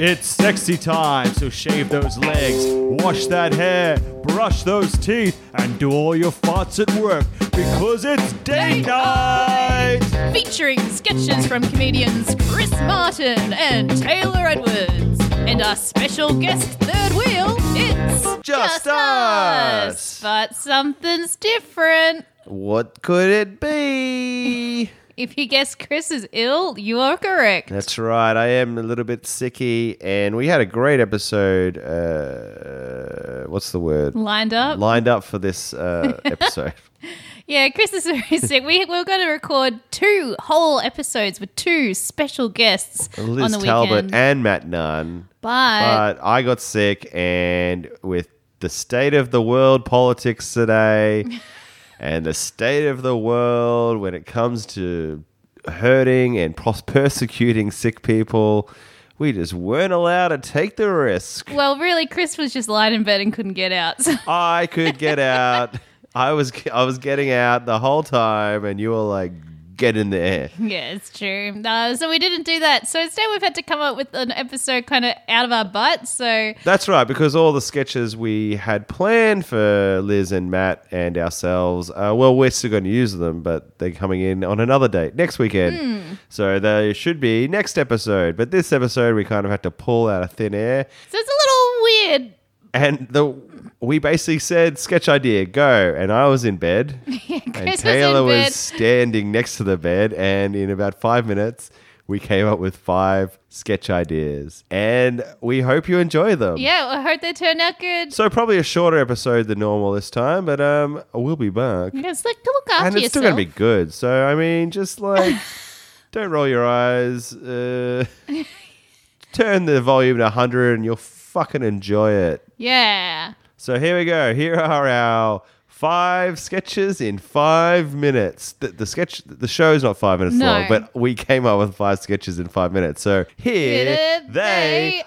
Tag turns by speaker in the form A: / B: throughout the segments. A: It's sexy time, so shave those legs, wash that hair, brush those teeth, and do all your farts at work because it's day
B: Date
A: night!
B: featuring sketches from comedians Chris Martin and Taylor Edwards. And our special guest third wheel, it's just,
C: us.
B: But something's different.
C: What could it be?
B: If you guess Chris is ill, you are correct.
C: That's right. I am a little bit sicky, and we had a great episode. Uh, what's the word?
B: Lined up.
C: Lined up for this uh, episode.
B: yeah, Chris is very sick. We, we're going to record two whole episodes with two special guests on
C: Liz
B: the
C: Talbot
B: weekend.
C: and Matt Nunn.
B: but
C: but I got sick, and with the state of the world politics today, and the state of the world when it comes to hurting and pros- persecuting sick people, we just weren't allowed to take the risk.
B: well, really, Chris was just lying in bed and couldn't get out. So
C: I could get out. I was I was getting out the whole time, and you were like, "Get in there."
B: Yeah, it's true. Uh, so we didn't do that. So instead, we've had to come up with an episode kind of out of our butts. So
C: That's right, because all the sketches we had planned for Liz and Matt and ourselves, uh, well, we're still going to use them, but they're coming in on another date next weekend.
B: Hmm.
C: So they should be next episode. But this episode, we kind of had to pull out of thin air.
B: so it's a little weird.
C: And the we basically said, sketch idea, go. And I was in bed.
B: Chris
C: and
B: was
C: Taylor
B: in
C: was,
B: bed.
C: standing next to the bed. And in about five minutes, we came up with five sketch ideas. And we hope you enjoy them.
B: Yeah, I hope they turn out good.
C: So probably a shorter episode than normal this time, but um, we'll be back,
B: You know, it's like to look after
C: and it's
B: yourself.
C: still gonna be good. So I mean, just like, don't roll your eyes. Uh, turn the volume to hundred, and you'll fucking enjoy it.
B: yeah.
C: So here we go. Here are our five sketches in five minutes. The, the sketch, the show's not five minutes
B: No.
C: long, but we came up with five sketches in five minutes. So here
B: Here
C: they,
B: they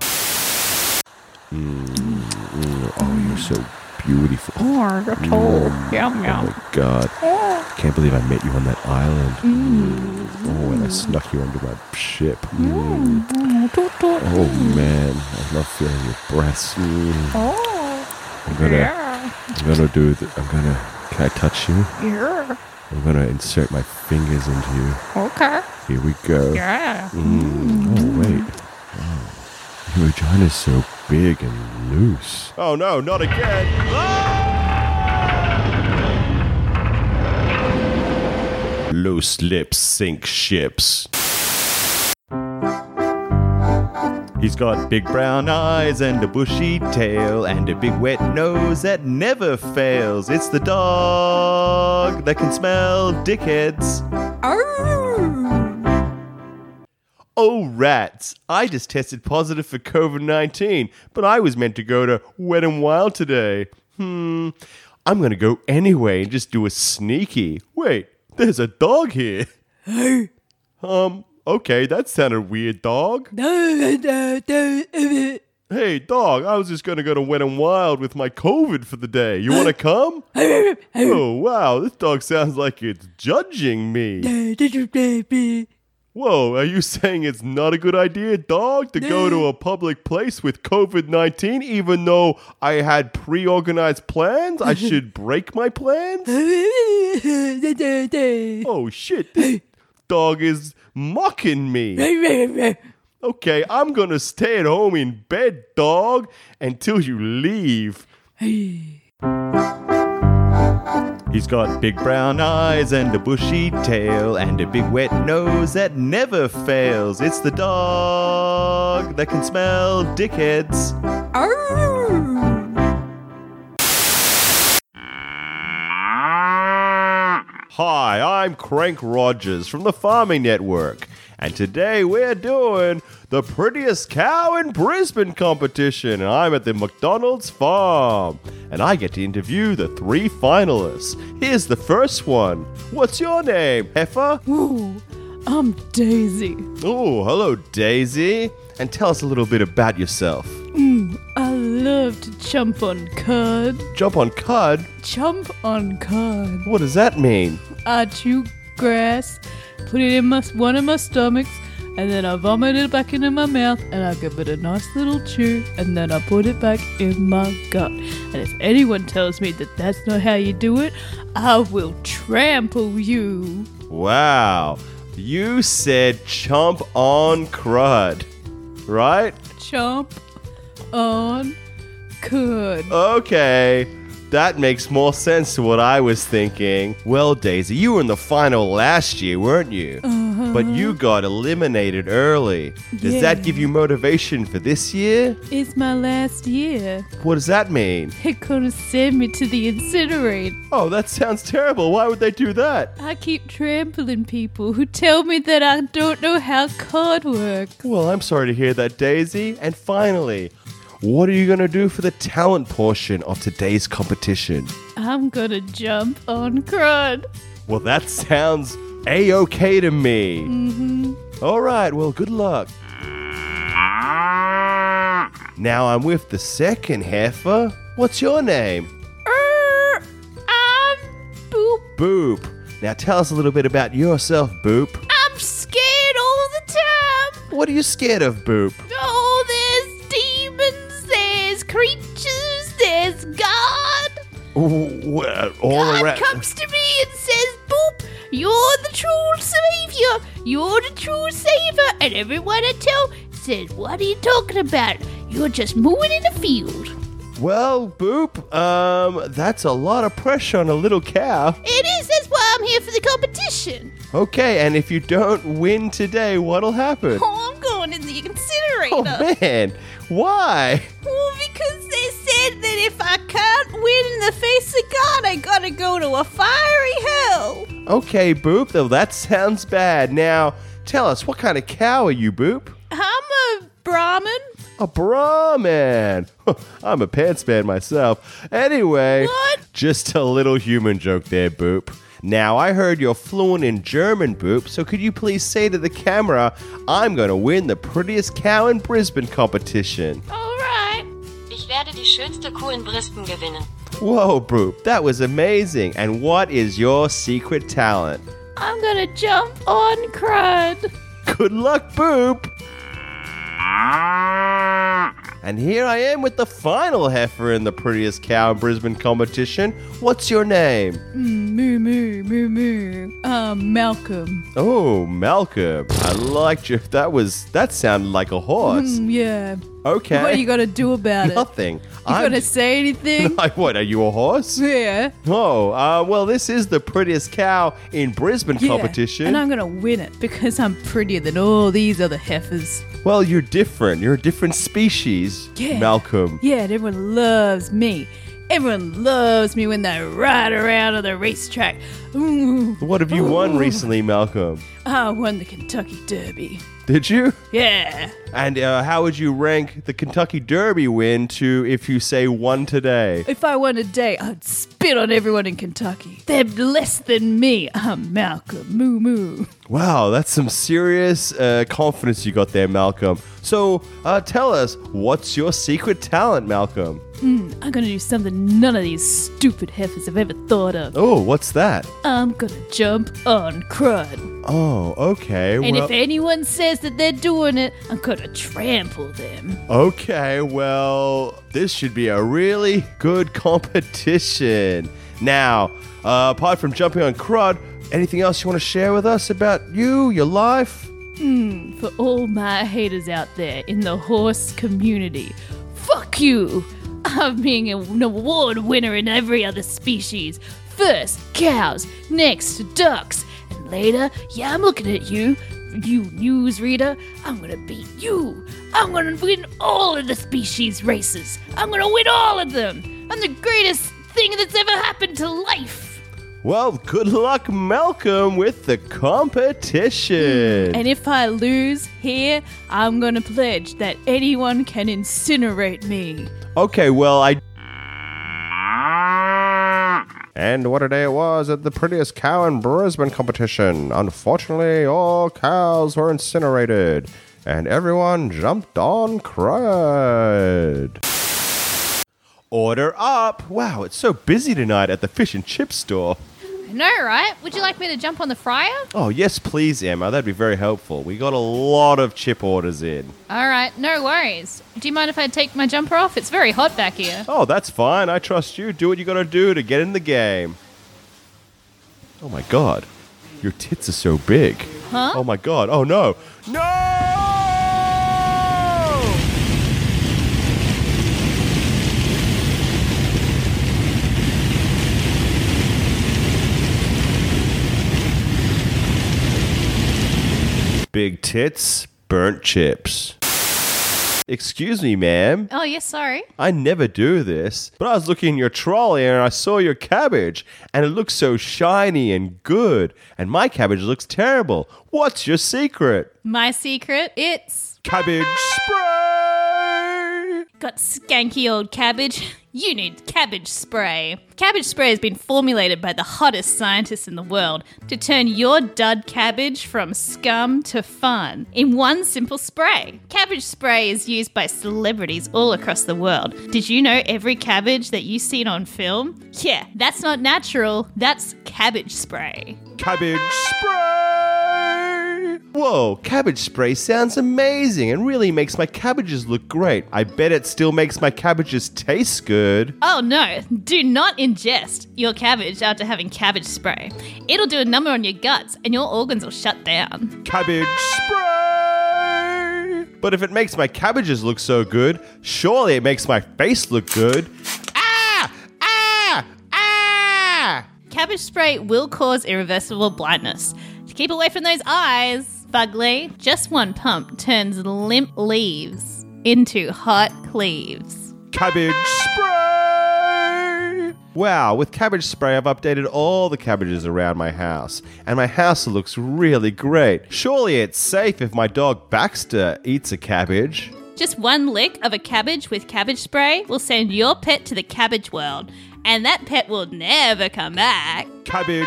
C: are.
D: Mm, Oh, you're so beautiful. Oh, you're tall. Yum, yum. Oh, my God. Can't believe I met you on that island. Oh, and I snuck you under my ship. Mm. Oh, man. I love feeling your breasts. Mm. I'm going to I'm gonna do the, I'm gonna. Can I touch you? Yeah. I'm gonna insert my fingers into you. Okay. Here we go. Yeah. Oh wait. Wow. Your vagina's so big and loose.
C: Oh no, not again.
D: Loose lips sink ships.
A: He's got big brown eyes and a bushy tail and a big wet nose that never fails. It's the dog that can smell dickheads. Oh, rats. I just tested positive for COVID 19, but I was meant to go to Wet and Wild today. Hmm. I'm going to go anyway and just do a sneaky. Wait, there's a dog here. Um, okay, that sounded weird, dog. Hey, dog, I was just going to go to Wet and Wild with my COVID for the day. You want to come? oh, wow, this dog sounds like it's judging me. Whoa, are you saying it's not a good idea, dog, to go to a public place with COVID 19 even though I had pre organized plans? I should break my plans? Oh, shit, this dog is mocking me. Okay, I'm gonna stay at home in bed, dog, until you leave. He's got big brown eyes and a bushy tail and a big wet nose that never fails. It's the dog that can smell dickheads. Hi, I'm Crank Rogers from the Farming Network, and today we're doing the prettiest cow in Brisbane competition. And I'm at the McDonald's farm, and I get to interview the three finalists. Here's the first one. What's your name, Heifer?
B: I'm Daisy.
A: Oh, hello, Daisy. And tell us a little bit about yourself.
B: I love to jump on curd.
A: Jump on cud?
B: Jump on curd.
A: What does that mean?
B: I chew grass, put it in my one of my stomachs, and then I vomited it back into my mouth and I give it a nice little chew and then I put it back in my gut. And if anyone tells me that that's not how you do it, I will trample you.
C: Wow. You said chomp on crud, right?
B: Chomp on could.
C: Okay. That makes more sense to what I was thinking. Well, Daisy, you were in the final last year, weren't you? But you got eliminated early. Does that
B: Yeah.
C: give you motivation for this year?
B: It's my last year.
C: What does that mean?
B: They're gonna send me to the incinerator.
C: Oh, that sounds terrible. Why would they do that?
B: I keep trampling people who tell me that I don't know how card works.
C: Well, I'm sorry to hear that, Daisy. And finally, what are you going to do for the talent portion of today's competition?
B: I'm gonna jump on crud.
C: Well, that sounds a okay to me. Mm-hmm. right, well, good luck. Now I'm with the second heifer. What's your name?
B: Er, I'm boop.
C: Boop. Now tell us a little bit about yourself, Boop.
B: I'm scared all the time.
C: What are you scared of, Boop?
B: Oh, there's demons, there's creatures, there's God.
C: Ooh, uh, All
B: God
C: around.
B: comes to me and says, Boop, you're the true savior. You're the true savior. And everyone I tell says, What are you talking about? You're just moving in a field.
C: Well, Boop, um, that's a lot of pressure on a little cow.
B: It is. That's why I'm here for the competition.
C: Okay, and if you don't win today, what'll happen?
E: Oh, I'm going in the incinerator.
C: Oh man, why?
E: Well, because they said that if I can't win in the face of God, I gotta go to a fiery hell.
C: Okay, Boop, though that sounds bad. Now, tell us, what kind of cow are you, Boop?
E: I'm a Brahmin.
C: A Brahmin. I'm a pants man myself. Anyway,
E: What?
C: just a little human joke there, Boop. Now, I heard you're fluent in German, Boop, so could you please say to the camera, I'm going to win the prettiest cow in Brisbane competition?
E: All right.
F: Ich werde die schönste Kuh in Brisbane gewinnen.
C: Whoa, Boop, that was amazing. And what is your secret talent?
B: I'm gonna jump on crud.
C: Good luck, Boop! And here I am with the final heifer in the prettiest cow in Brisbane competition. What's your name?
B: Moo moo moo moo. Um, Malcolm.
C: Oh, Malcolm. I liked you. That was that sounded like a horse.
B: Yeah.
C: Okay.
B: Hmm. What are you gonna do about it?
C: Nothing.
B: You
C: I'm
B: gonna say anything?
C: like, what? Are you a horse?
B: yeah.
C: Oh, uh, well, this is the prettiest cow in Brisbane
B: Yeah.
C: competition.
B: And I'm gonna win it because I'm prettier than all these other heifers.
C: well, you're different. You're a different species,
B: Yeah.
C: Malcolm.
B: Yeah, and everyone loves me. Everyone loves me when they ride around on the racetrack. Ooh,
C: What have you
B: Oh.
C: won recently, Malcolm?
B: I won the Kentucky Derby.
C: Did you?
B: Yeah.
C: And uh, how would you rank the Kentucky Derby win to if you say one today?
B: If I won a day, I'd spit on everyone in Kentucky. They're less than me. I'm Malcolm. Moo moo.
C: Wow, that's some serious uh, confidence you got there, Malcolm. So uh, tell us, what's your secret talent, Malcolm?
B: I'm gonna do something none of these stupid heifers have ever thought of.
C: Oh, what's that?
B: I'm gonna jump on crud.
C: Oh, okay.
B: And
C: well,
B: if anyone says that they're doing it, I'm gonna trample them.
C: okay, well, this should be a really good competition. Now, uh, apart from jumping on crud, anything else you want to share with us about you, your life?
B: For all my haters out there in the horse community, fuck you! I'm being an award winner in every other species. First, cows, next, ducks, and later, yeah, I'm looking at you, you newsreader. I'm gonna beat you! I'm gonna win all of the species races! I'm gonna win all of them! I'm the greatest thing that's ever happened to life!
C: Well, good luck, Malcolm, with the competition.
B: Mm, And if I lose here, I'm gonna pledge that anyone can incinerate me.
C: Okay, well, I. And what a day it was at the prettiest cow in Brisbane competition. Unfortunately, all cows were incinerated, and everyone jumped on crud. Order up! Wow, it's so busy tonight at the fish and chip store.
B: No, right? Would you like me to jump on the fryer?
C: Oh, yes, please, Emma. That'd be very helpful. We got a lot of chip orders in.
B: All right, no worries. Do you mind if I take my jumper off? It's very hot back here.
C: Oh, that's fine. I trust you. Do what you gotta do to get in the game. Oh my god. Your tits are so big. Huh? Oh my god. Oh no. No! Big tits, burnt chips. Excuse me, ma'am.
B: Oh, yes, sorry.
C: I never do this, but I was looking in your trolley and I saw your cabbage, and it looks so shiny and good, and my cabbage looks terrible. What's your secret?
B: My secret, it's
C: Cabbage spray!
B: got skanky old cabbage. You need cabbage spray. Cabbage spray has been formulated by the hottest scientists in the world to turn your dud cabbage from scum to fun in one simple spray. Cabbage spray is used by celebrities all across the world. Did you know every cabbage that you've seen on film? Yeah, that's not natural, that's cabbage spray.
C: Cabbage spray! Whoa, cabbage spray sounds amazing and really makes my cabbages look great. I bet it still makes my cabbages taste good.
B: Oh no, do not ingest your cabbage after having cabbage spray. It'll do a number on your guts and your organs will shut down.
C: cabbage spray. But if it makes my cabbages look so good, surely it makes my face look good. Ah! Ah! Ah!
B: Cabbage spray will cause irreversible blindness. To keep away from those eyes, Fugly, just one pump turns limp leaves into hot cleaves.
C: Cabbage spray. Wow, with cabbage spray, I've updated all the cabbages around my house, and my house looks really great. Surely it's safe if my dog Baxter eats a cabbage.
B: Just one lick of a cabbage with cabbage spray will send your pet to the cabbage world, and that pet will never come back.
C: Cabbage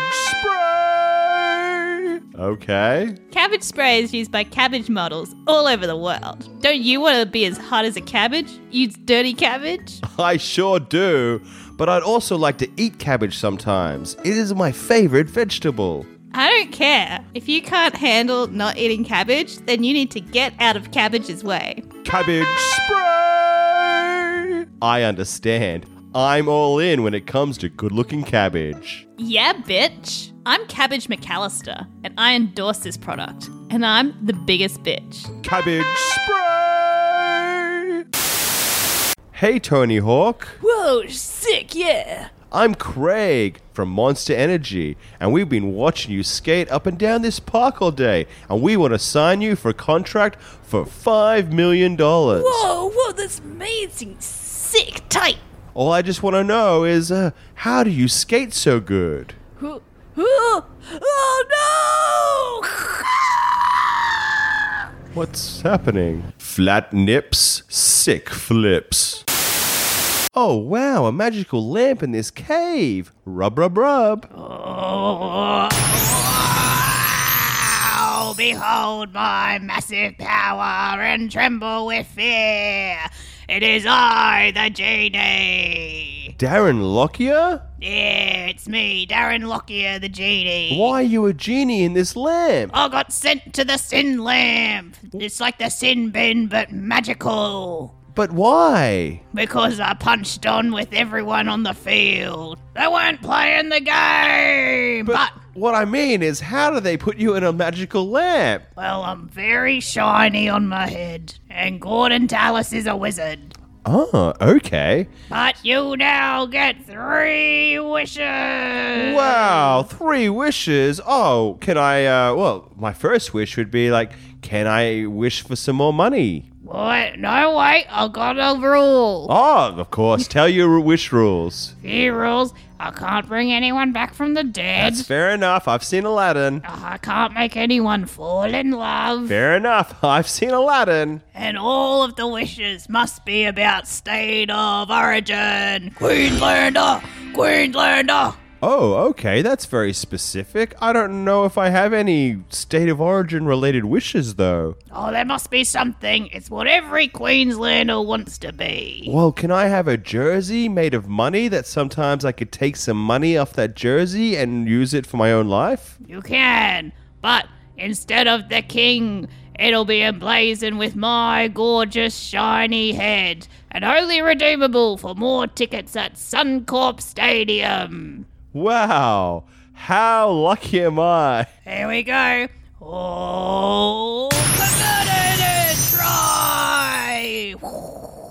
C: spray. Okay.
B: Cabbage spray is used by cabbage models all over the world. Don't you want to be as hot as a cabbage? Use dirty cabbage?
C: I sure do. But I'd also like to eat cabbage sometimes. It is my favorite vegetable.
B: I don't care. If you can't handle not eating cabbage, then you need to get out of cabbage's way.
C: Cabbage spray! I understand. I'm all in when it comes to good looking cabbage.
B: Yeah, bitch. I'm Cabbage McAllister, and I endorse this product. And I'm the biggest bitch.
C: Cabbage spray! Hey, Tony Hawk.
G: Whoa, sick, yeah.
C: I'm Craig from Monster Energy, and we've been watching you skate up and down this park all day, and we want to sign you for a contract for $5 million.
G: Whoa, Oh, whoa, that's amazing. Sick, tight.
C: All I just want to know is uh, how do you skate so good?
G: Who? Oh, oh
C: What's happening? Flat nips, sick flips. Oh wow, a magical lamp in this cave. Rub, rub, rub.
G: no! Oh, Behold my massive power and tremble with fear. It is I, the genie.
C: Darren Lockyer?
G: Yeah, it's me, Darren Lockyer, the genie.
C: Why are you a genie in this lamp?
G: I got sent to the sin lamp. It's like the sin bin, but magical.
C: But why?
G: Because I punched on with everyone on the field. They weren't playing the game, but,
C: what I mean is, how do they put you in a magical lamp?
G: well, I'm very shiny on my head, and Gordon Tallis is a wizard.
C: Oh, okay.
G: But you now get three wishes.
C: Wow, three wishes. Oh, can I? Uh, well, my first wish would be like, can I wish for some more money?
G: What? No, wait, I got a rule.
C: Oh, of course. Tell your wish rules.
G: He rules. I can't bring anyone back from the dead.
C: That's fair enough. I've seen Aladdin.
G: I can't make anyone fall in love.
C: Fair enough. I've seen Aladdin.
G: And all of the wishes must be about state of origin. Queenslander! Queenslander!
C: Oh, okay, that's very specific. I don't know if I have any state of origin related wishes, though.
B: Oh, there must be something. It's what every Queenslander wants to be.
C: Well, can I have a jersey made of money that sometimes I could take some money off that jersey and use it for my own life?
B: You can, but instead of the king, it'll be emblazoned with my gorgeous shiny head and only redeemable for more tickets at Suncorp Stadium.
C: Wow, how lucky am I?
B: Here we go. Oh, converted and try!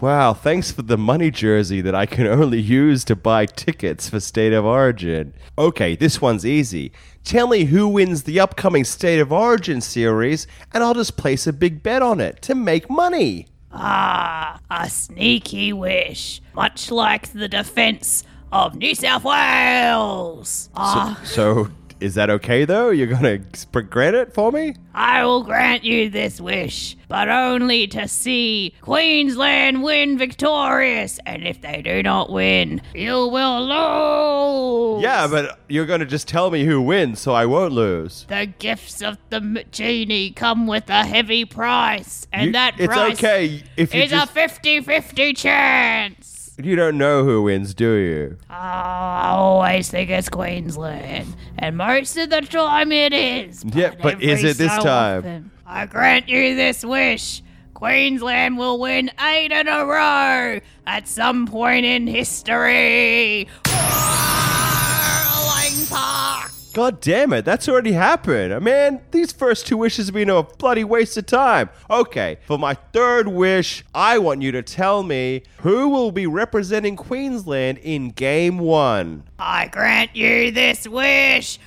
C: Wow, thanks for the money jersey that I can only use to buy tickets for State of Origin. Okay, this one's easy. Tell me who wins the upcoming State of Origin series, and I'll just place a big bet on it to make money.
B: Ah, a sneaky wish, much like the defence of New South Wales. Ah,
C: So, is that okay though? You're gonna sp- grant it for me?
B: I will grant you this wish, but only to see Queensland win victorious. And if they do not win, you will lose.
C: Yeah, but you're gonna just tell me who wins so I won't lose.
B: The gifts of the m- genie come with a heavy price, and
C: You-
B: that
C: it's
B: price
C: okay if you
B: is
C: just,
B: a 50 50 chance.
C: you don't know who wins, do you?
B: I always think it's Queensland, and most of the time it is.
C: Yeah, but
B: every
C: is it this
B: so
C: time?
B: often- I grant you this wish. Queensland will win eight in a row at some point in history. Roaring Park.
C: God damn it, that's already happened. Man, these first two wishes have been a bloody waste of time. Okay, for my third wish, I want you to tell me who will be representing Queensland in game one.
B: I grant you this wish.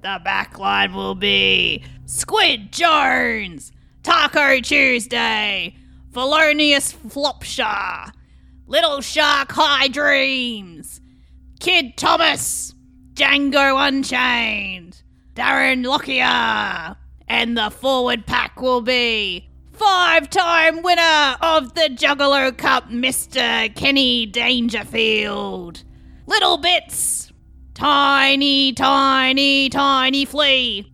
B: The back line will be Squid Jones, Taco Tuesday, Felonious Flopshire, Little Shark High Dreams, Kid Thomas, Django Unchained, Darren Lockyer, and the forward pack will be five time winner of the Juggalo Cup, Mr. Kenny Dangerfield. Little Bits, Tiny, Tiny, Tiny Flea,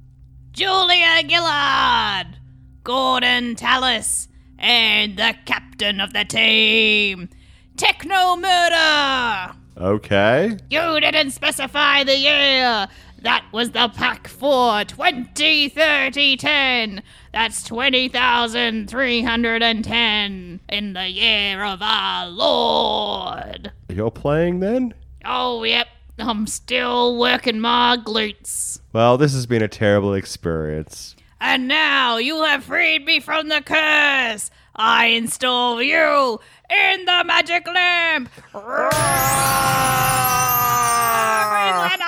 B: Julia Gillard, Gordon Tallis, and the captain of the team, Techno Murder.
C: Okay.
B: You didn't specify the year. That was the pack for 2030-10. That's 20,310 in the year of our Lord.
C: You're playing then?
B: Oh, yep. I'm still working my glutes.
C: Well, this has been a terrible experience.
B: And now you have freed me from the curse. I install you in the magic lamp. Roar, Greenlander!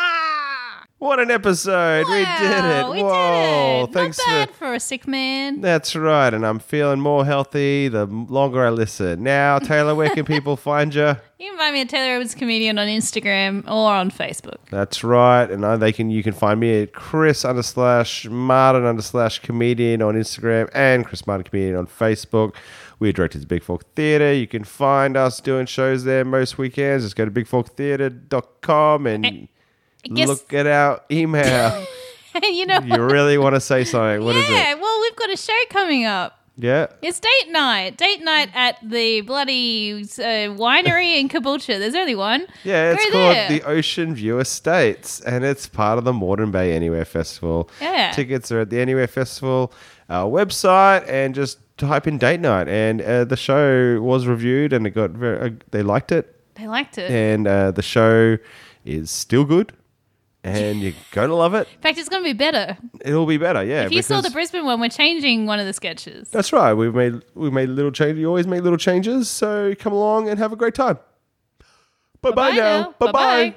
C: What an episode! we did it!
G: Wow, we did
C: Whoa!
G: it.
C: Thanks
G: Not bad
C: for.
G: for a sick man.
C: That's right, and I'm feeling more healthy the m- longer I listen. Now, Taylor, where can people find you?
G: You can find me at Taylor Edwards Comedian on Instagram or on Facebook.
C: That's right, and I, they can you can find me at Chris under slash Martin under slash comedian on Instagram and Chris Martin comedian on Facebook. We're directors at Big Fork Theatre. You can find us doing shows there most weekends. Just go to bigforktheatre.com and
G: guess-
C: look at our email.
G: you know,
C: you really want to say something? What is
G: yeah.
C: it?
G: Well, we've got a show coming up.
C: Yeah.
G: It's date night. Date night at the bloody uh, winery in Caboolture. There's only one.
C: Yeah, it's
G: Go
C: called
G: there.
C: the Ocean View Estates, and it's part of the Moreton Bay Anywhere Festival.
G: Yeah.
C: tickets are at the Anywhere Festival uh, website, and just type in date night. And uh, the show was reviewed, and it got very, uh, they liked it,
G: They liked it.
C: and uh, the show is still good, and you're gonna love it.
G: In fact, it's going to be better.
C: It'll be better, yeah.
G: If you saw the
C: because-
G: Brisbane one, we're changing one of the sketches.
C: that's right. We've made we made little changes. You always make little changes, so come along and have a great time. Bye bye
G: Bye-bye
C: now.
G: now.
C: Bye bye.
G: Bye-bye.